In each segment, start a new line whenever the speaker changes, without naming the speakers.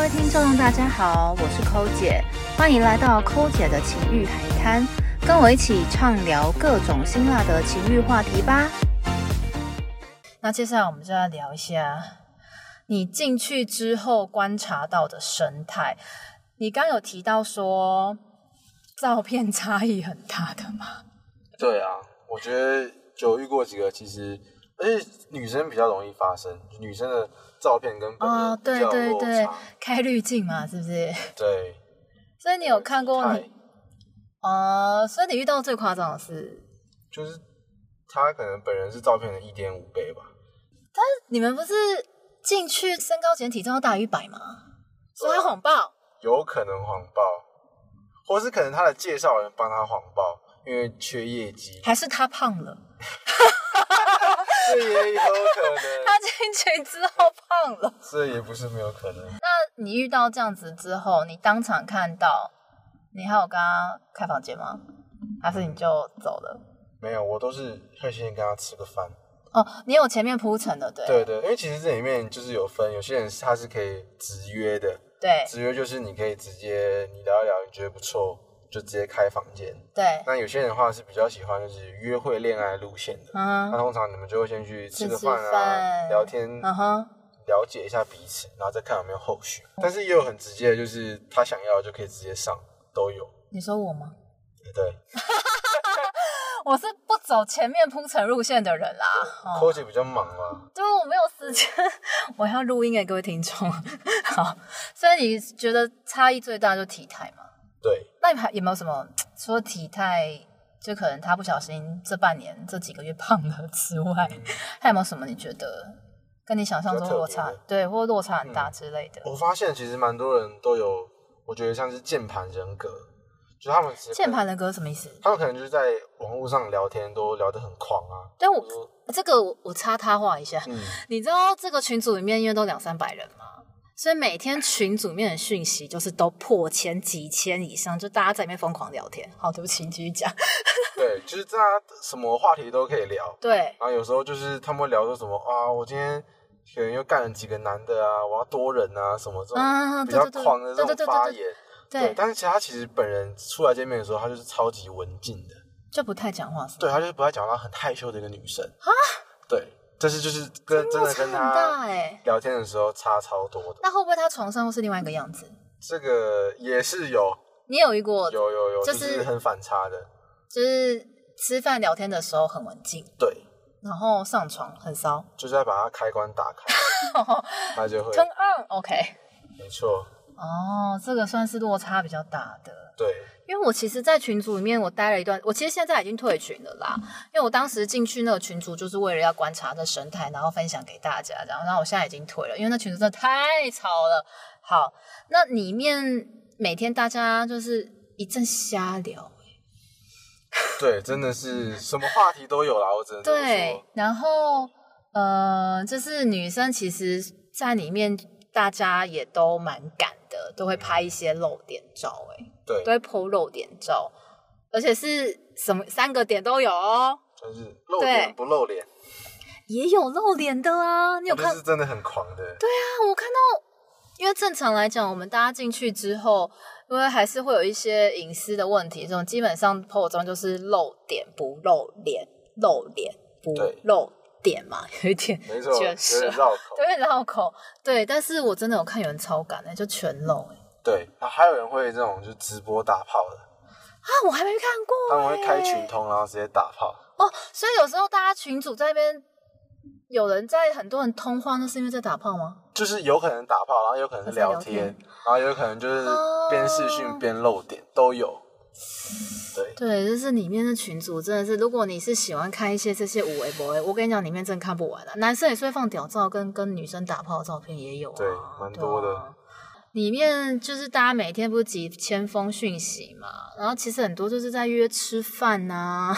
位听众，大家好，我是抠姐，欢迎来到抠姐的情欲海滩，跟我一起畅聊各种辛辣的情欲话题吧。那接下来我们就来聊一下你进去之后观察到的生态。你刚有提到说照片差异很大的吗？
对啊，我觉得有遇过几个，其实而且女生比较容易发生，女生的照片跟本人
哦，对
比较有
对
落
对
差，
开滤镜嘛，是不是？
对，
所以你有看过
太
你哦，所以你遇到最夸张的是，
就是他可能本人是照片的一点五倍吧，
你们不是进去身高减体重要大于一百吗？所以他谎报，
有可能谎报，或是可能他的介绍人帮他谎报，因为缺 业绩，
还是他胖了？
这也有可能，
他进去之后胖了。
这也不是没有可能。
那你遇到这样子之后，你当场看到，你还有跟他开房间吗？还是你就走了？
没有，我都是会先跟他吃个饭。
哦，你有前面铺陈的，对
对对，因为其实这里面就是有分，有些人是他是可以直约的，
对
直约就是你可以直接你聊一聊，你觉得不错，就直接开房间。
对，
那有些人的话是比较喜欢就是约会恋爱路线的，
嗯
那通常你们就会先去吃个
吃吃
饭啊，
饭
聊天，
嗯哼，
了解一下彼此，然后再看有没有后续。但是也有很直接的，就是他想要就可以直接上，都有。
你说我吗？
对
我是不走前面铺陈路线的人啦。哦
，Co 姐比较忙啊，
对，我没有时间， 我要录音给各位听众。 好，所以你觉得差异最大就体态嘛？
对，
那你还有没有什么除了体态，就可能他不小心这半年这几个月胖了之外，还有没有什么你觉得跟你想象中落差
比较特别的嗯
对，或落差很大之类的？
我发现其实蛮多人都有，我觉得像是键盘人格，就他们其实
键盘人格是什么意思？
他们可能就是在网络上聊天都聊得很狂啊，
但我
比如说
这个我我插他话一下，
嗯，
你知道这个群组里面因为都两三百人嘛，所以每天群组里面的讯息就是都破千、几千以上，就大家在里面疯狂聊天。好，对不起，你继续 讲。
对，就是大家什么话题都可以聊，
对，
然后有时候就是他们会聊说什么啊，我今天可能又干了几个男的啊，我要多人啊什么这种、
啊
比
对
较
对对
狂的这
对对对
种发
对
言。
对，
但是其实他其实本人出来见面的时候，他就是超级文静的，
就不太讲话是吗？
对他就是不太讲话，很害羞的一个女生啊。对，这是就是跟真
落
的
差
跟
很大
他
哎、
聊天的时候差超多的，
那会不会他床上又是另外一个样子？
这个也是有
你有遇过，
有有有，
就
就是是很反差的，
就是吃饭聊天的时候很文静，
对，
然后上床很骚
就是要把它开关打 开，他就会
，turn on，OK、
没错，
哦，这个算是落差比较大的。
对，
因为我其实，在群组里面我待了一段，我其实现在已经退群了啦。因为我当时进去那个群组，就是为了要观察这生态，然后分享给大家这样。然后我现在已经退了，因为那群组真的太吵了。好，那里面每天大家就是一阵瞎聊，
对，真的是什么话题都有啦，我只能这么
对
说，，
然后呃，就是女生其实，在里面大家也都蛮敢的，都会拍一些露点照、欸，
对
都会 PO 露点照，而且是什么三个点都有哦，
就是露
对
脸不露脸，
也有露脸的啊，你有看
就是真的很狂的，对，
那我看到，因为正常来讲，我们大家进去之后，因为还是会有一些隐私的问题，这种基本上 PO 中就是露点不露脸，露脸不
对
露点嘛， 有一点
没错，
确
有
实
点。绕口。
有点绕口，对，但是我真的有看有人超感的、就全露、欸、
对，然后还有人会这种就直播打炮的，
啊，我还没看过、
他
欸，
们会开群通，然后直接打炮。
哦，所以有时候大家群主在那边，有人在很多人通话，那是因为在打炮吗？
就是有可能打炮，然后有可能是聊天，
还是聊
然后有可能就是
哦
边视讯边露点都有。对，
对，就是里面的群主真的是，如果你是喜欢看一些这些五维博维，我跟你讲，里面真的看不完的、啊男生也是会放屌照跟跟女生打炮的照片也有、啊，
对蛮多的
对啊里面就是大家每天不是几千封讯息嘛，然后其实很多就是在约吃饭呐、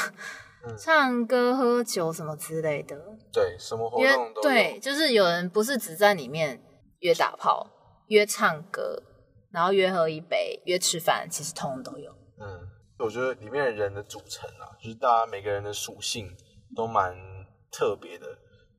嗯
唱歌、喝酒什么之类的。
对，什么活
约
动都有。
对，就是有人不是只在里面约打炮、约唱歌，然后约喝一杯、约吃饭，其实通通都有。
嗯，我觉得里面的人的组成啊，就是大家每个人的属性都蛮特别的。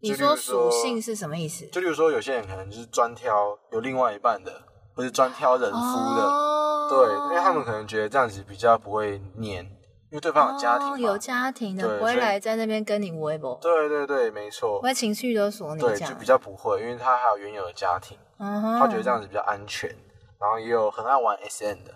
你
就例如
属性，是什么意思？
就例如说有些人可能就是专挑有另外一半的，不是专挑人夫的，
哦
对，因为他们可能觉得这样子比较不会黏，因为对方有家庭嘛，
哦有家庭的，
对
不会
所以
来在那边跟你微博，
对对对，没错
不，会情绪勒索你
对，
这
就
样
比。较不会，因为他还有原有的家庭，
嗯
他觉得这
哼，
样子比较安全，然后也有很爱玩 SN 的，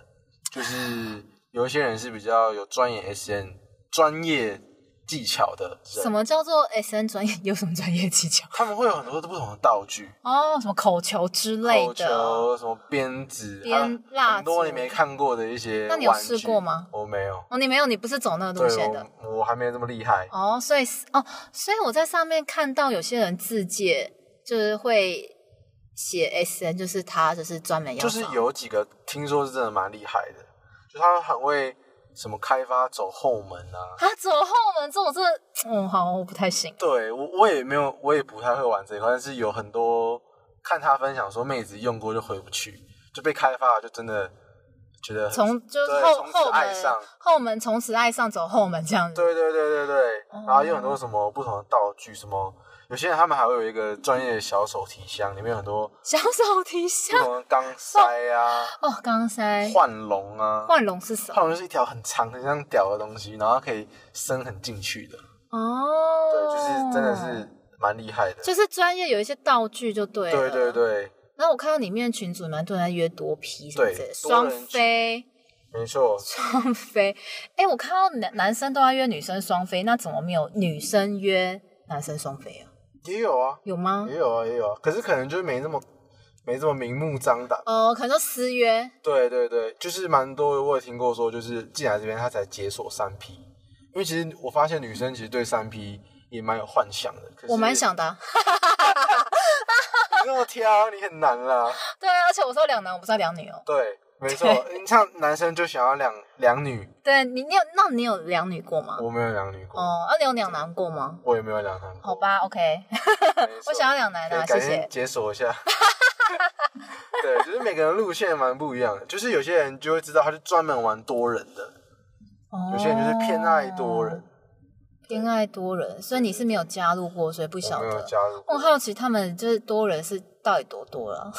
就是有一些人是比较有钻研 SN 专业技巧的
什
人，
么叫做 S N 专业？有什么专业技巧？
他们会有很多不同的道具，
哦，什么口球之类
口
的？
球、什么鞭子、
鞭
还有
蜡
很多
烛
你没看过的一些玩具。
那你有试过吗？
我没有，
哦，你没有，你不是走那个
对
路线的。
我我还没有这么厉害。
哦，所以是哦，所以我在上面看到有些人自介就是会写 S N，就是他就是专门要
就是
找
有几个听说是真的蛮厉害的，就他们很会什么开发走后门啊。
啊，走后门这我真的，嗯，好，我不太行。
对我我也没有，我也不太会玩这一块，但是有很多看他分享说妹子用过就回不去，就被开发了，就真的觉得很
从就是
对
后
从此
后
爱
门
上
后门从此爱上走后门这样子。
对对对对对，
哦
然后有很多什么不同的道具，什么有些人他们还会有一个专业的小手提箱，里面有很多
小手提
不
箱
同的钢塞 啊、
哦，刚塞
幻龙啊，
幻龙是什
幻
么？
龙就是一条很长很像屌的东西，然后它可以伸很进去的，
哦，
对，就是真的是蛮厉害的。
就是专业有一些道具就对
对
了。
对。对，
然后我看到里面群组蛮多人在约多批什么
对
之类的，
多
双
人
飞
没错，
双飞。哎、我看到男男生都在约女生双飞，那怎么没有女生约男生双飞啊？
也有啊，
有吗？
也有啊，也有啊，可是可能就是没那么没这么明目张胆。
哦，可能说私约
对对对，就是蛮多的，我也听过说，就是进来这边他才解锁三 P，因为其实我发现女生其实对三 P 也蛮有幻想的。可是
我蛮想的啊、
你那么挑，你很难啦。
对啊，而且我说两男，我不是两女哦。
对，没错，你像男生就想要两两女，
对你，你有那你有两女过吗？
我没有两女过，
哦，那、你有两男过吗？
我也没有两男过。
好吧，OK，
没 错
我想要两男啊，谢
可以改天
谢。
解锁一下。 对，就是每个人路线蛮不一样的，就是有些人就会知道他是专门玩多人的，有些人就是偏爱多人
哦，，偏爱多人，所以你是没有加入过，所以不
我
晓
没有
得。
加入过
我好奇他们就是多人是到底多多了，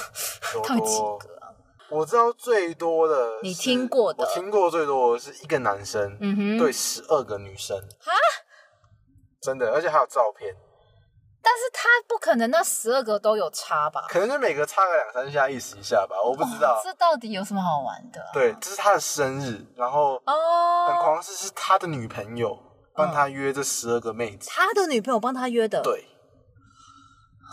多
到底几
多。
个啊？
我知道最多的是，
你听过的
我听过最多的是一个男生、
嗯哼，
对十二个女生，真的，而且还有照片，
但是他不可能那十二个都有差吧？
可能就每个插个两三下，意思一下吧，我不知道。
这到底有什么好玩的啊、
对，这是他的生日，然后很
哦，嗯
狂是是他的女朋友帮他约这十二个妹子，
他的女朋友帮他约的，，
对，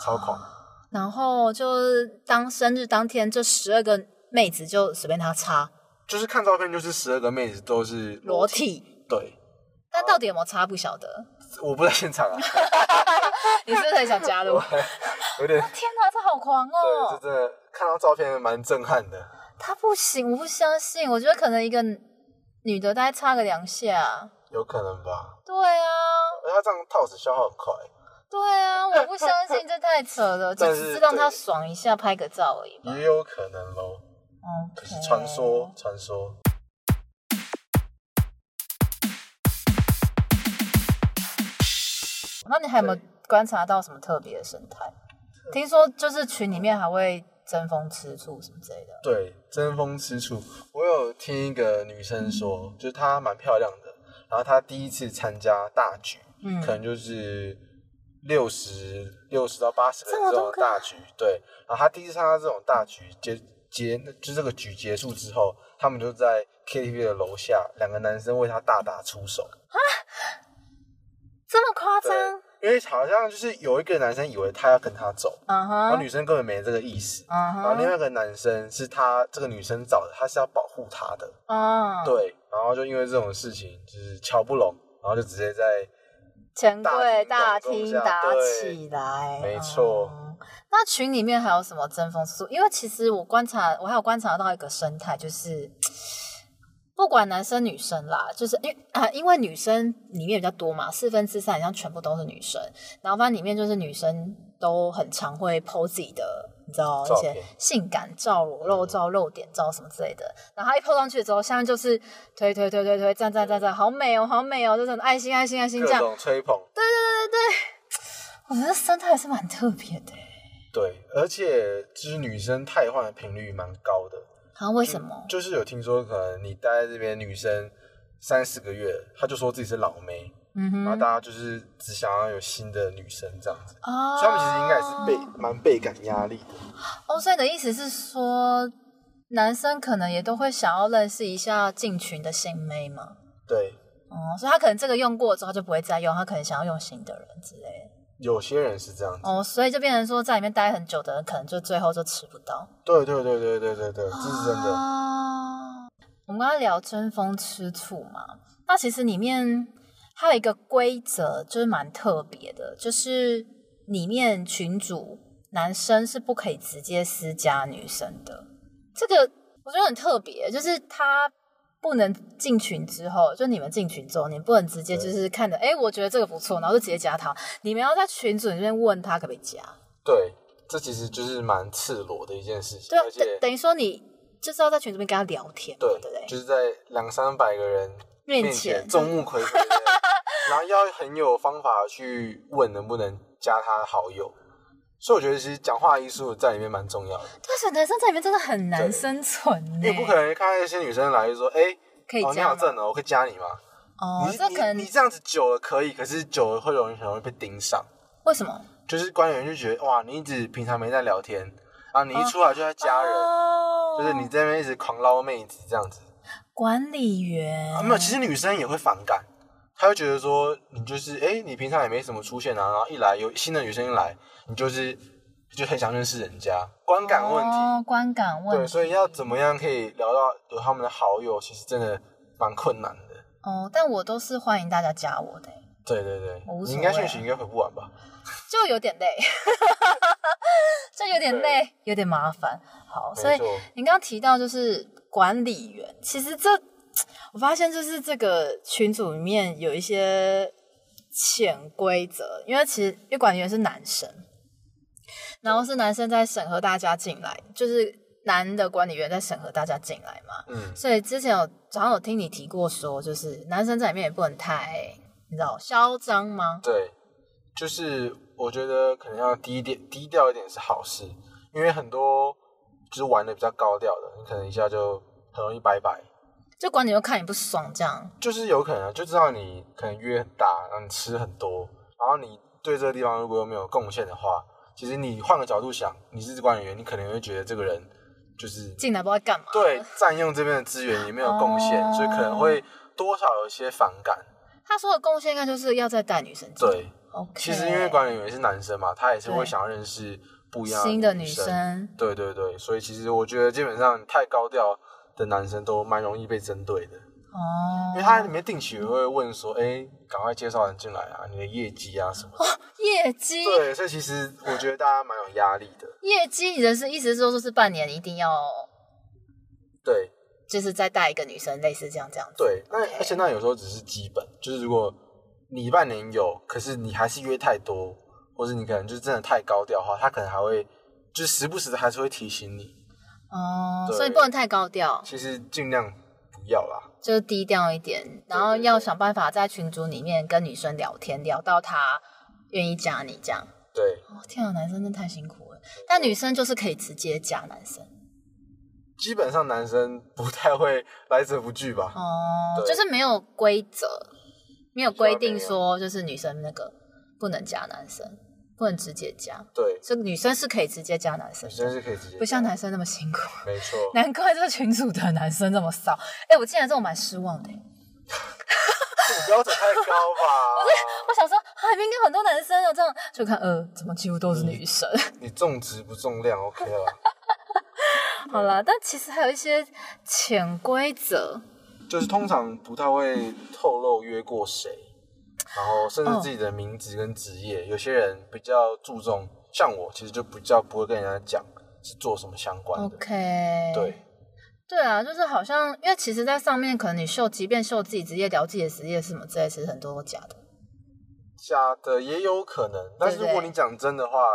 超狂。
啊然后就是当生日当天，这十二个妹子就随便他插
就是看照片，就是十二个妹子都是
裸。体，
对，
但到底有没有插不晓得。
我不在 现场啊，
你是不是很想 加入？
有点。
天哪，这好狂
对，这
哦！
真的看到照片蛮震撼的。
他不行，我不相信。我觉得可能一个女的大概差个两下。
有可能吧？
对啊，
而且他这样套子消耗很快，
对啊，我不相信，这太扯了。就
但是
只是让她爽一下，拍个照而已吧。
也有可能喽。可是传
哦
说，传说。
那你还有没有观察到什么特别的生态？听说就是群里面还会争风吃醋什么之类的。
对，争风吃醋。我有听一个女生
嗯
说，就是她蛮漂亮的，然后她第一次参加大局，
嗯
可能就是六十六十到八十人
这么
这
多
种
个
大局，对。然后她第一次参加这种大局结结，就这个局结束之后，他们就在 KTV 的楼下，两个男生为她大打出手。
这么夸
对
张？，
因为好像就是有一个男生以为他要跟她走，
嗯
然后
哼，
啊女啊生根本没这个意思。
嗯
然后另
哼，
外一个男生是他这个女生找的，他是要保护她的，
嗯，，
对，然后就因为这种事情就是瞧不拢，然后就直接在
钱柜大
大厅
厅
广
打
告下对
起来，
没错
嗯那群里面还有什么争风吃醋？因为其实我观察，我还有观察到一个生态，就是不管男生女生啦，就是因为啊、因为女生里面比较多嘛，四分之三好像全部都是女生，然后反正里面就是女生都很常会 PO 自己的。你知道一
照
些
片嗯
性感照、裸露照、露点照什么之类的，然后他一 PO 上去之后，下面就是推推推推推，赞赞赞赞，好美哦，好美哦，就是爱心爱心爱心这
各
样，
种吹捧，
哦我觉得生态也是蛮特别的欸。
对，而且就是女生太换的频率蛮高的。
啊，为什么？
就是有听说，可能你待在这边，女生三四个月，她就说自己是老妹，
嗯
然后
哼，
大家就是只想要有新的女生这样子，
哦，
所以他们其实应该也是倍蛮倍感压力的。
哦，所以你的意思是说，男生可能也都会想要认识一下进群的新妹吗？
对，
哦，所以他可能这个用过之后他就不会再用，他可能想要用新的人之类的。
有些人是这样子。
哦，所以就变成说，在里面待很久的人，可能就最后就吃不到。
对对对对对对对，这是真的。
啊、我们刚刚聊争风吃醋嘛，那其实里面还有一个规则，就是蛮特别的，就是里面群主男生是不可以直接私加女生的。这个我觉得很特别，就是他。不能进群之后，就你们进群之后，你们不能直接就是看着，哎、我觉得这个不错，然后就直接加他。你们要在群组里面问他可不可以加，
对，这其实就是蛮赤裸的一件事情，
对啊，
而
等
且
等于说你就是要在群组里面跟他聊天嘛，对不对
对，？就是在两三百个人
面
面
前
前众目睽睽的，然后要很有方法去问能不能加他好友。所以我觉得其实讲话艺术在里面蛮重要的，
但是啊男生在里面真的很难
对
生存呢、
你不可能看到一些女生来就说，哎、
可以
哦，你
加
好
吗？
正哦，我可以加你吗？
哦，
你
这可能
你你这样子久了可以，可是久了会容易很容易被盯上，
为什么？
就是官员就觉得哇，你一直平常没在聊天，啊，你一出来就在加人，
哦、
就是你这边一直狂捞妹子这样子。
管理员、
啊，没有，其实女生也会反感，她会觉得说你就是哎、诶你平常也没什么出现啊，然后一来有新的女生一来，你就是就很想认识人家，观感问题。
哦，观感问
对，
题。
所以要怎么样可以聊到有他们的好友，其实真的蛮困难的。
哦，但我都是欢迎大家加我的欸、
对对对
我无，
你
所
应该
谓啊
讯息应该回不完吧？
就有点累， 就有点累，有点麻烦。好，所以
没错，
你刚刚提到就是管理员，其实这我发现就是这个群组里面有一些潜规则，因为其实因为管理员是男生，然后是男生在审核大家进来，就是男的管理员在审核大家进来嘛，
嗯，
所以之前有好像有听你提过说，就是男生在里面也不能太你知道嚣张吗？
对，就是我觉得可能要低一点，低调一点是好事，因为很多就是玩的比较高调的，你可能一下就很容易拜拜。
就管理员看你不爽这样，
就是有可能啊就知道你可能约很大，然后你吃很多，然后你对这个地方如果又没有贡献的话，其实你换个角度想，你是管理员，你可能会觉得这个人就是
进来不知道干嘛。
对占用这边的资源也没有贡献，
哦
所以可能会多少有一些反感。
他说的贡献应该就是要再带女生进来。
对，
OK，
其实因为管理员是男生嘛，他也是
对
会想要认识不一样
新的
的
女
生。
生，
对对对，所以其实我觉得基本上太高调的男生都蛮容易被针对的。
哦，
因为它里面定期也会问说，
嗯
哎、赶快介绍人进来啊，你的业绩啊什么的。
业绩，
对，所以其实我觉得大家蛮有压力的。
业绩，你的是意思是说，就是半年一定要，
对
就是再带一个女生，类似这样这样子。
对，那
OK
而且那有时候只是基本，就是如果你半年有，可是你还是约太多，或者你可能就是真的太高调的话，他可能还会就是时不时的还是会提醒你，
哦，
对
所以不能太高调，
其实尽量不要啦。
就是低调一点，然后要想办法在群组里面跟女生聊天，聊到她愿意加你这样。
对，
哦，天啊，男生真的太辛苦了。但女生就是可以直接加男生，
基本上男生不太会来者不拒吧。
哦，
对
就是没有规则，没有规定
没有
说就是女生那个不能加男生，不能直接加。
对，
这女生是可以直接加男生
女
的，
生是可以直接，
不像，男生那么辛苦。
没 错，
难怪这个群组的男生这么少。哎、我竟然这种蛮失望的、欸
这个标准太高吧。
我想说，啊，应该很多男生有这样，就看呃，怎么几乎都是女生。
你重质不重量，OK 了。嗯
好啦，但其实还有一些潜规则，
就是通常不太会透露约过谁，然后甚至自己的名字跟职业，有些人比较注重，像我其实就比较不会跟人家讲是做什么相关的。
OK，
对，
对啊，就是好像，因为其实，在上面可能你秀，即便秀自己职业、聊自己的职业什么之类，其实很多都假的。
假的也有可能，但是
对
如果你讲真的话，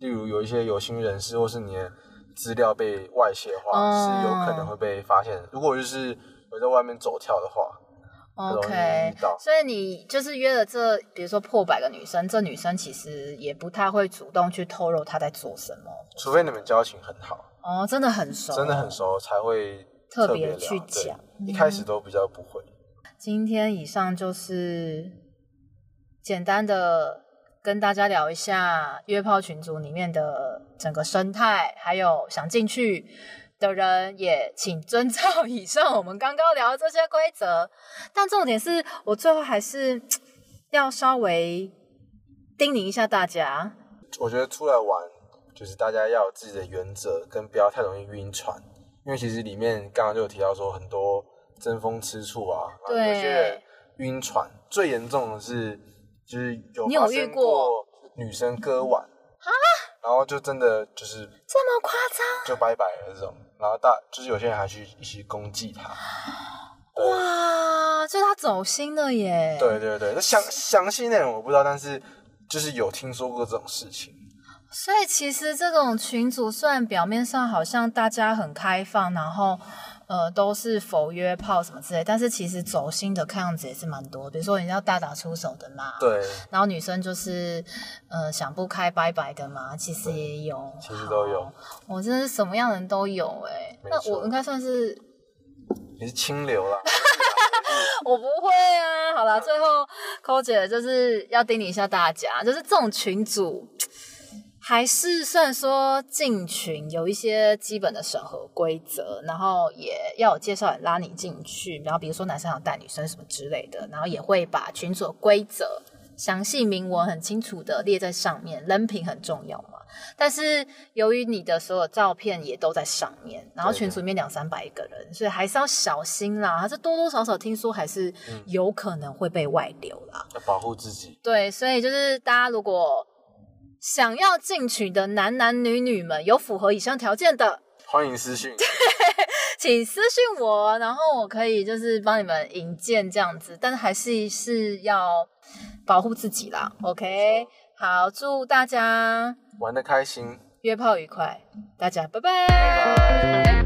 例如有一些有心人士或是你的资料被外泄的话，
哦
是有可能会被发现的。如果就是有在外面走跳的话，容易
OK，
遇到
所以你就是约了这，比如说破百个女生，这女生其实也不太会主动去透露她在做什么。
除非你们交情很好，
哦，真的很熟，
真的很。熟才会
特
特
别
别
去
聊对
讲
一开始都比较不会。
今天以上就是简单的跟大家聊一下约炮群组里面的整个生态，还有想进去的人也请遵照以上我们刚刚聊的这些规则。但重点是我最后还是要稍微叮咛一下大家，
我觉得出来玩就是大家要有自己的原则，跟不要太容易晕船，因为其实里面刚刚就有提到说很多争风吃醋啊，然后
对
有些人晕船最严重的是就是有
你有
发生
遇过
女生割腕然后就真的就是
这么夸张
就拜拜了这种，然后大就是有些人还去一起攻击他，
哇！就是他走心了耶。
对对对，那详详细内容我不知道，但是就是有听说过这种事情，
所以其实这种群组虽然表面上好像大家很开放，然后呃都是否约炮什么之类，但是其实走心的看样子也是蛮多。比如说人家大打出手的嘛，，
对，
然后女生就是呃想不开拜拜的嘛，其实也有，
其实都有
好。我真的是什么样的人都有哎、
没
那
错
我应该算是
你是清流啦，
我不会啊。好啦，最后抠姐就是要叮咛一下大家，就是这种群组。还是虽然说进群有一些基本的审核规则，然后也要有介绍人拉你进去，然后比如说男生要带女生什么之类的，然后也会把群组的规则详细明文很清楚的列在上面，人品很重要嘛。但是由于你的所有照片也都在上面，然后群组里面两三百个人，所以还是要小心啦。这多多少少听说还是有可能会被外流啦。
要保护自己。
对，所以就是大家如果想要进群的男男女女们，有符合以上条件的，
欢迎私讯，
请私信我，然后我可以就是帮你们引荐这样子，但是还是是要保护自己啦。OK，好，祝大家
玩的开心。
约炮愉快，大家拜
拜
拜